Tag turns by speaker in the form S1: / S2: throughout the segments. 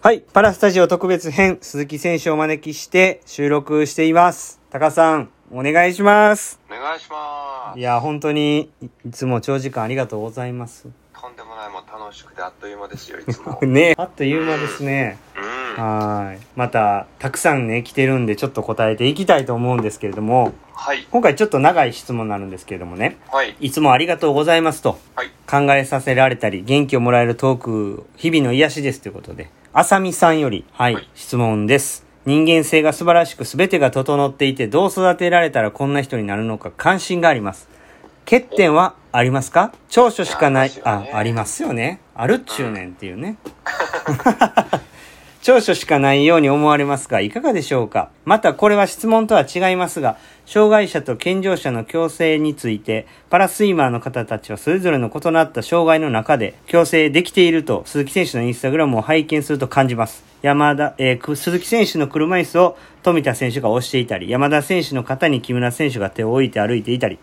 S1: はい。パラスタジオ特別編、鈴木選手をお招きして収録しています。高さん、お願いします。
S2: お願いしま
S1: いや、本当にい、いつも長時間ありがとうございます。。
S2: す。とんでもないもう楽しくてあっという間ですよ、いつも
S1: ねあっという間ですね。
S2: うん。
S1: はーい。また、たくさんね、来てるんで、ちょっと答えていきたいと思うんですけれども、
S2: はい。
S1: 今回ちょっと長い質問になるんですけれどもね、
S2: はい。
S1: いつもありがとうございますと、
S2: はい。
S1: 考えさせられたり、元気をもらえるトーク、日々の癒しですということで、あさみさんより、は
S2: はいい、
S1: 質問です。人間性が素晴らしく全てが整っていて、どう育てられたらこんな人になるのか関心があります。欠点はありますか長所しかない、あ、ありますよね。あるっちゅうねんっていうね。 長所しかないように思われますが、いかがでしょうかまた、これは質問とは違いますが、障害者と健常者の共生について、パラスイマーの方たちはそれぞれの異なった障害の中で共生できていると、鈴木選手のインスタグラムを拝見すると感じます。山田、えーく鈴木選手の車椅子を富田選手が押していたり、山田選手の肩に木村選手が手を置いて歩いていたり、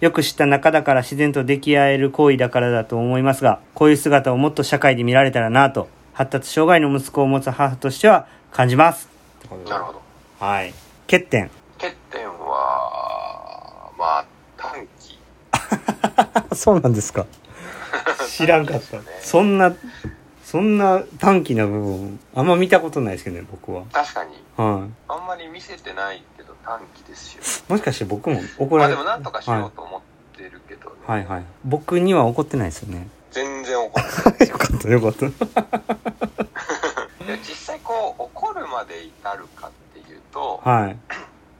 S1: よく知った仲だから自然と出来合える行為だからだと思いますが、こういう姿をもっと社会で見られたらなと、発達障害の息子を持つ母としては感じます。ってことで
S2: なるほど。
S1: はい。欠点。
S2: 欠点は、まあ、短期。
S1: そうなんですか。知らんかった。そんな、そんな短期な部分、あんま見たことないですけどね、僕は。
S2: 確かに、
S1: は
S2: あんまり見せてないけど短期ですよ。
S1: い。もしかして僕も怒
S2: ま
S1: ら
S2: あ
S1: れ
S2: でもなんとかしようと思ってるけどね。
S1: はい、はいはい。僕には怒ってないですよね。
S2: 全然怒る。
S1: よかった、よかった。
S2: いや実際こう、怒るまで至るかっていうと、
S1: はい。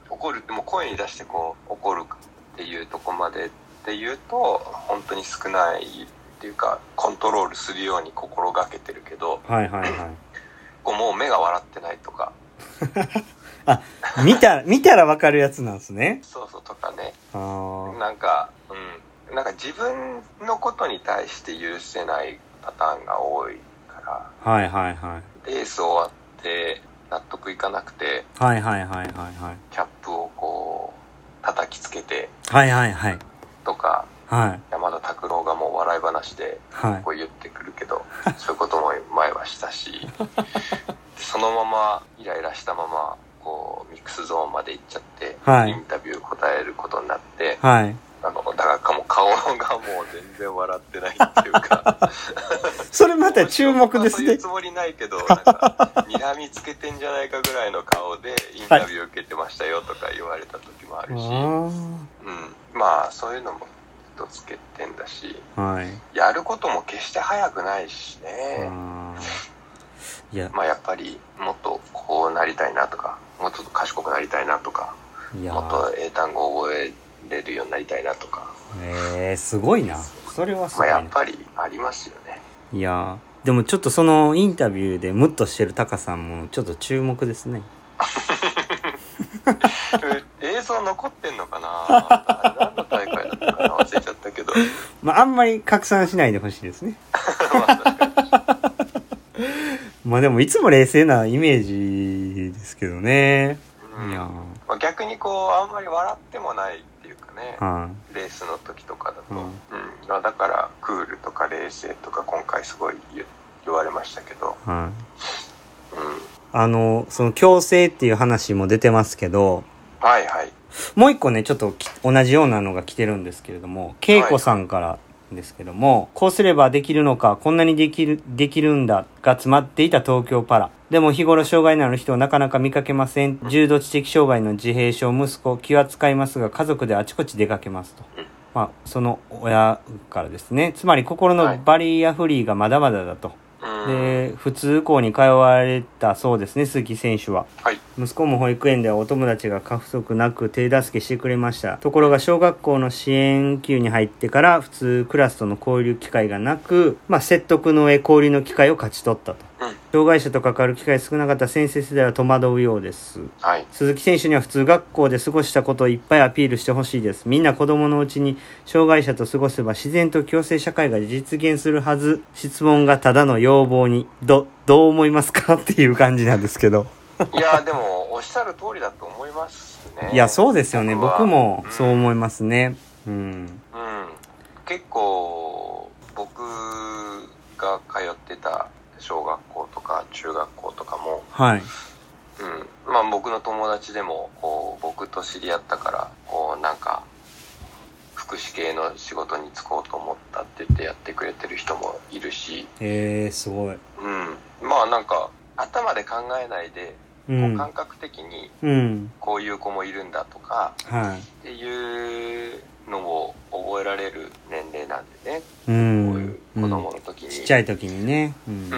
S2: 怒るってもう声に出してこう、怒るっていうとこまでっていうと、本当に少ないっていうか、コントロールするように心がけてるけど、
S1: はいはいはい。
S2: こうもう目が笑ってないとか、
S1: 見たら、見たらわかるやつなんですね。
S2: そうそうとかね、
S1: ああ。
S2: なんか、うん、なんか自分のことに対して許せないパターンが多いか
S1: はいはいはい。
S2: ら、レース終わって納得いかなくて、
S1: はいはいはいはいはい。
S2: キャップをこう、叩きつけて
S1: はいはいはい。
S2: とか、
S1: はい。
S2: 山田拓郎がもう笑い話で
S1: はい。
S2: こう言ってくるけど、そういうことも前はしたし、そのままイライラしたまま、こう、ミックスゾーンまで行っちゃって、
S1: はい
S2: インタビュー答えることになって、
S1: はい。
S2: あの、だからかも顔がもう全然笑ってないっていうか。
S1: それまた注目です
S2: そういう
S1: ね
S2: つ。もりないけど、なんか、睨みつけてんじゃないかぐらいの顔で、インタビュー受けてましたよとか言われた時もあるし、うん。まあ、そういうのも一つ欠点だし、
S1: あーはい。
S2: やることも決して早くないしね。
S1: あーいや、
S2: まあやっぱりもっとこうなりたいなとかもうちょっと賢くなりたいなとか
S1: いや
S2: もっ
S1: ー、
S2: と英単語を覚えれるようになりたいなとか、
S1: えー、すごいな。それは
S2: ま
S1: すご
S2: あ、
S1: い
S2: や
S1: な
S2: っ。ぱりありますよね
S1: いやー、でもちょっとそのインタビューでムッとしてるタカさんもちょっと注目ですね。
S2: え映像残ってんのかな何の大会だったかな忘れちゃった けど
S1: まあ、あんまり拡散しないでほしいですね。
S2: まあ確かに
S1: まあでもいつも冷静なイメージですけどね。
S2: うん
S1: いや
S2: まあ、逆にこうあんまり笑ってもないっていうかね
S1: ー、はい。
S2: レースの時とかだと、
S1: う
S2: うんんまあだからクールとか冷静とか今回すごい言言われましたけど、
S1: はい。
S2: うん、
S1: あの、その強制っていう話も出てますけど、
S2: はいはい
S1: もう一個ね、ちょっとき同じようなのが来てるんですけれども、恵子さんからですけども、こうすればできるのか、こんなにできる、できるんだが詰まっていた東京パラ。でも日頃障害のある人をなかなか見かけません。重度知的障害の自閉症息子、気は使いますが、家族であちこち出かけますと。まあ、その親からですね。つまり心のバリアフリーがまだまだだと。
S2: うん
S1: で、普通校に通われたそうですね、鈴木選手は。
S2: はい
S1: 息子も保育園ではお友達が過不足なく手助けしてくれました。ところが小学校の支援級に入ってから普通クラスとの交流機会がなく、まあ説得の上交流の機会を勝ち取ったと。
S2: うん
S1: 障害者と関わる機会少なかった先生世代は戸惑うようです。
S2: はい
S1: 鈴木選手には普通学校で過ごしたことをいっぱいアピールしてほしいです。みんな子供のうちに障害者と過ごせば自然と共生社会が実現するはず。質問がただの要望に、ど、どう思いますかっていう感じなんですけど。
S2: いやでもおっしゃる通りだと思いますね
S1: いや、そうですよね。僕もそう
S2: う、
S1: 思いますね。うん。
S2: うん、結構僕が通ってた小学校とかか中学校とかも、
S1: はい。
S2: うん、まあ僕の友達でもこう僕と知り合ったからこうなんか福祉系の仕事に就こうと思ったって言ってやってくれてる人もいるし、
S1: えー、すご
S2: う
S1: い。
S2: ん、まあなんか頭で考えないで
S1: う。
S2: こうん感覚的に
S1: うん。
S2: こういう子もいるんだとか
S1: は
S2: っていうのを覚えられる年齢なんでね
S1: い。う
S2: こ
S1: ん。
S2: ういう子供の時に、
S1: ちっちゃい時にね。うん。
S2: うん、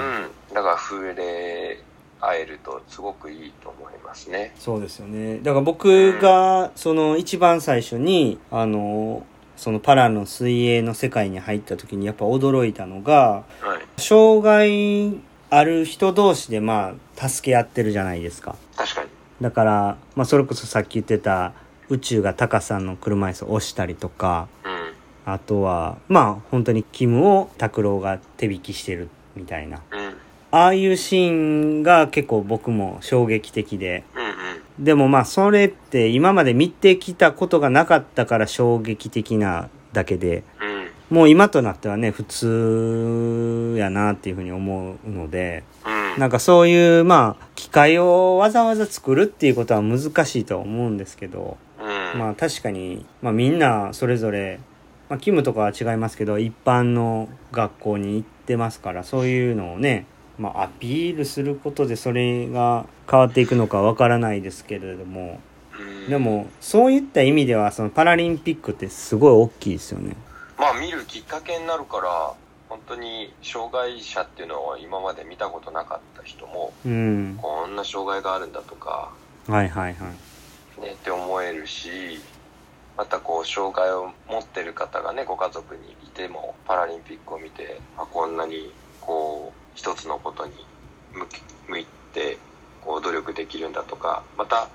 S2: だから触れ合えるとすごくいいと思いますね。
S1: そうですよね。だから僕が、その一番最初に、あの、そのパラの水泳の世界に入った時にやっぱ驚いたのが、
S2: はい、
S1: 障害ある人同士でまあ、助け合ってるじゃないですか。
S2: 確かに。
S1: だから、まあそれこそさっき言ってた、宇宙がタカさんの車椅子を押したりとか、
S2: うん、
S1: あとは、まあ本当にキムを拓郎が手引きしてるみたいな。
S2: うん、うん、
S1: ああいうシーンが結構僕も衝撃的で、
S2: うん、
S1: でもまあそれって今まで見てきたことがなかったから衝撃的なだけで
S2: うん、
S1: もう今となってはね普通やなっていうふうに思うので
S2: うん、
S1: なんかそういうまあ機械をわざわざ作るっていうことは難しいとは思うんですけど
S2: うん、
S1: まあ確かに、まあ、みんなそれぞれ、まあ、キムとかは違いますけど一般の学校に行ってますからそういうのをね、まあ、アピールすることでそれが変わっていくのかわからないですけれども。
S2: うん
S1: で、もそういった意味ではそのパラリンピックってすごい大きいですよね。
S2: まあ見るきっかけになるから、本当に障害者っていうのを今まで見たことなかった人も、
S1: うん。
S2: こんな障害があるんだとか、
S1: はいはいはい。
S2: ね、って思えるし、またこう、障害を持ってる方がね、ご家族にいても、パラリンピックを見て、あ、こんなに、こう、一つのことに向き向いて、こう、努力できるんだとか、また、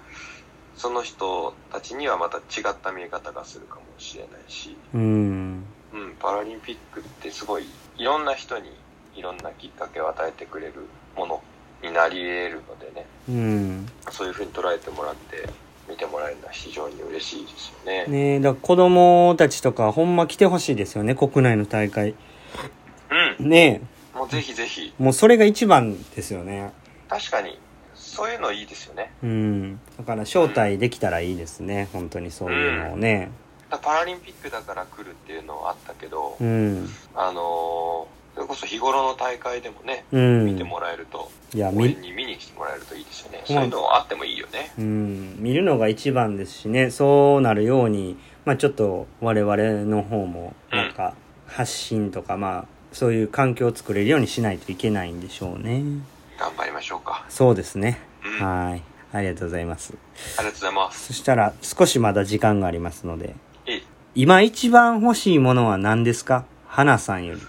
S2: その人たちにはまた違った見え方がするかもしれないし、
S1: うん。
S2: うん、パラリンピックってすごい、いろんな人にいろんなきっかけを与えてくれるものになり得るのでね、
S1: うん。
S2: そういうふうに捉えてもらって見てもらえるのは非常に嬉しいですよね。
S1: ねえ、だから子供たちとかほんま来てほしいですよね、国内の大会。
S2: うん、
S1: ね
S2: もうぜひぜひ、
S1: え、もうそれが一番ですよね。
S2: 確かにそういうのいいですよね。
S1: うん。だから招待できたらいいですね、本当にそういうのをね。
S2: だパラリンピックだから来るっていうのはあったけど、
S1: うん。
S2: あのーそれこそ日頃の大会でもね、
S1: うん。
S2: 見てもらえると、
S1: いや、
S2: 応
S1: み
S2: 援、に見に来てもらえるといいですよね。
S1: うん
S2: そういうのあってもいいよね。
S1: うん、見るのが一番ですしねそうなるように、まあ、ちょっと我々の方もなんか発信とか、まあ、そういう環境を作れるようにしないといけないんでしょうね
S2: 頑張りましょうか。
S1: そうですね
S2: うん、あ
S1: はいありがとうございます
S2: りがとうございます。
S1: そしたら少しまだ時間がありますので
S2: いい
S1: 今一番欲しいものは何ですか花さんより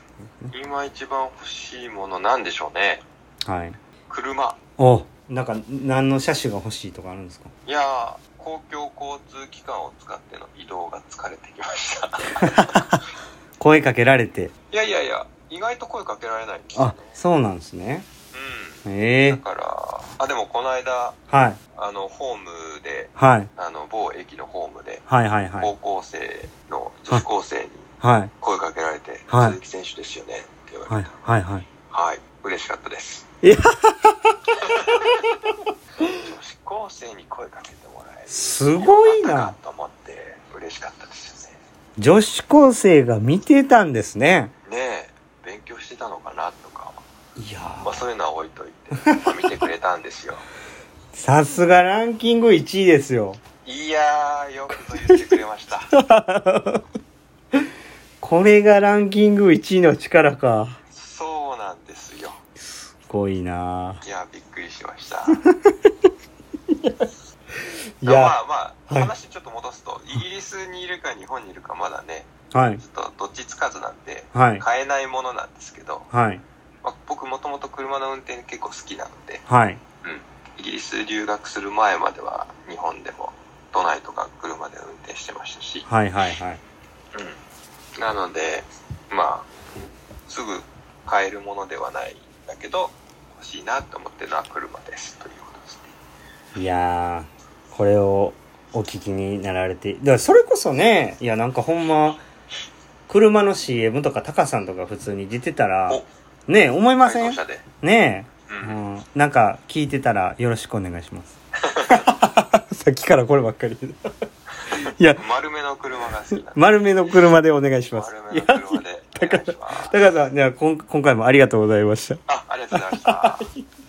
S2: 今一番欲しいものなんでしょうね。
S1: はい
S2: 車。
S1: おなんか何の車種が欲しいとかあるんですか
S2: いやー、公共交通機関を使っての移動が疲れてきました。
S1: 声かけられて
S2: いやいやいや、意外と声かけられないんですよ、ね
S1: あ。そうなんですね
S2: う
S1: え
S2: ん。
S1: え
S2: だから、あ、でもこの間、
S1: はい
S2: あの、ホームで、
S1: はい
S2: あの、某駅のホームで、
S1: はいはいはい
S2: 高校生の女子高生に
S1: はい
S2: 声かけられて、
S1: はい
S2: 鈴木選手ですよねって言われて、
S1: は
S2: はいい、
S1: はいはい。
S2: 嬉しかったです。
S1: いや
S2: 女子高生に声かけてもらえる。
S1: すごい
S2: よかっ
S1: な。
S2: たと思って、嬉しかったですよね。
S1: 女子高生が見てたんですね。
S2: ねえ、勉強してたのかなとか、
S1: いや
S2: まあ
S1: ー
S2: そういうのは置いといて、まあ見てくれたんですよ。
S1: さすがランキング1位ですよ。
S2: いやー、よくぞ言ってくれま した。
S1: これがランキング1位の力か。
S2: そうなんですよ。
S1: すごいない
S2: やー、びっくりしました。
S1: い
S2: ま
S1: や、
S2: あまあ、
S1: はい
S2: 話ちょっと戻すと、イギリスにいるか日本にいるかまだね、
S1: はい、
S2: ちょっとどっちつかずなんで、
S1: はい、
S2: 買えないものなんですけど、
S1: はい、
S2: まあ、僕もともと車の運転結構好きなので、
S1: はい。
S2: イギリス留学する前までは日本でも都内とか車で運転してましたし、
S1: はい、はい、はい。
S2: うん、なのでまあすぐ買えるものではないんだけど欲しいなと思ってるのは車ですということですね
S1: いやー、これをお聞きになられて、だからそれこそね、いや、なんかほんま、車の CM とかタカさんとか普通に出てたら
S2: お、
S1: ね思いませ
S2: 改
S1: ん
S2: 造車で
S1: ね
S2: うんうん。
S1: うんなんか聞いてたらよろしくお願いします さっきからこればっかり いや
S2: 丸めの車が好き なんで。
S1: 丸めの車でお願いします
S2: 丸
S1: い
S2: め
S1: や
S2: の車でお願いします。
S1: 高田さんじゃあこん今回もありがとうございました
S2: あ、ありがとうございました。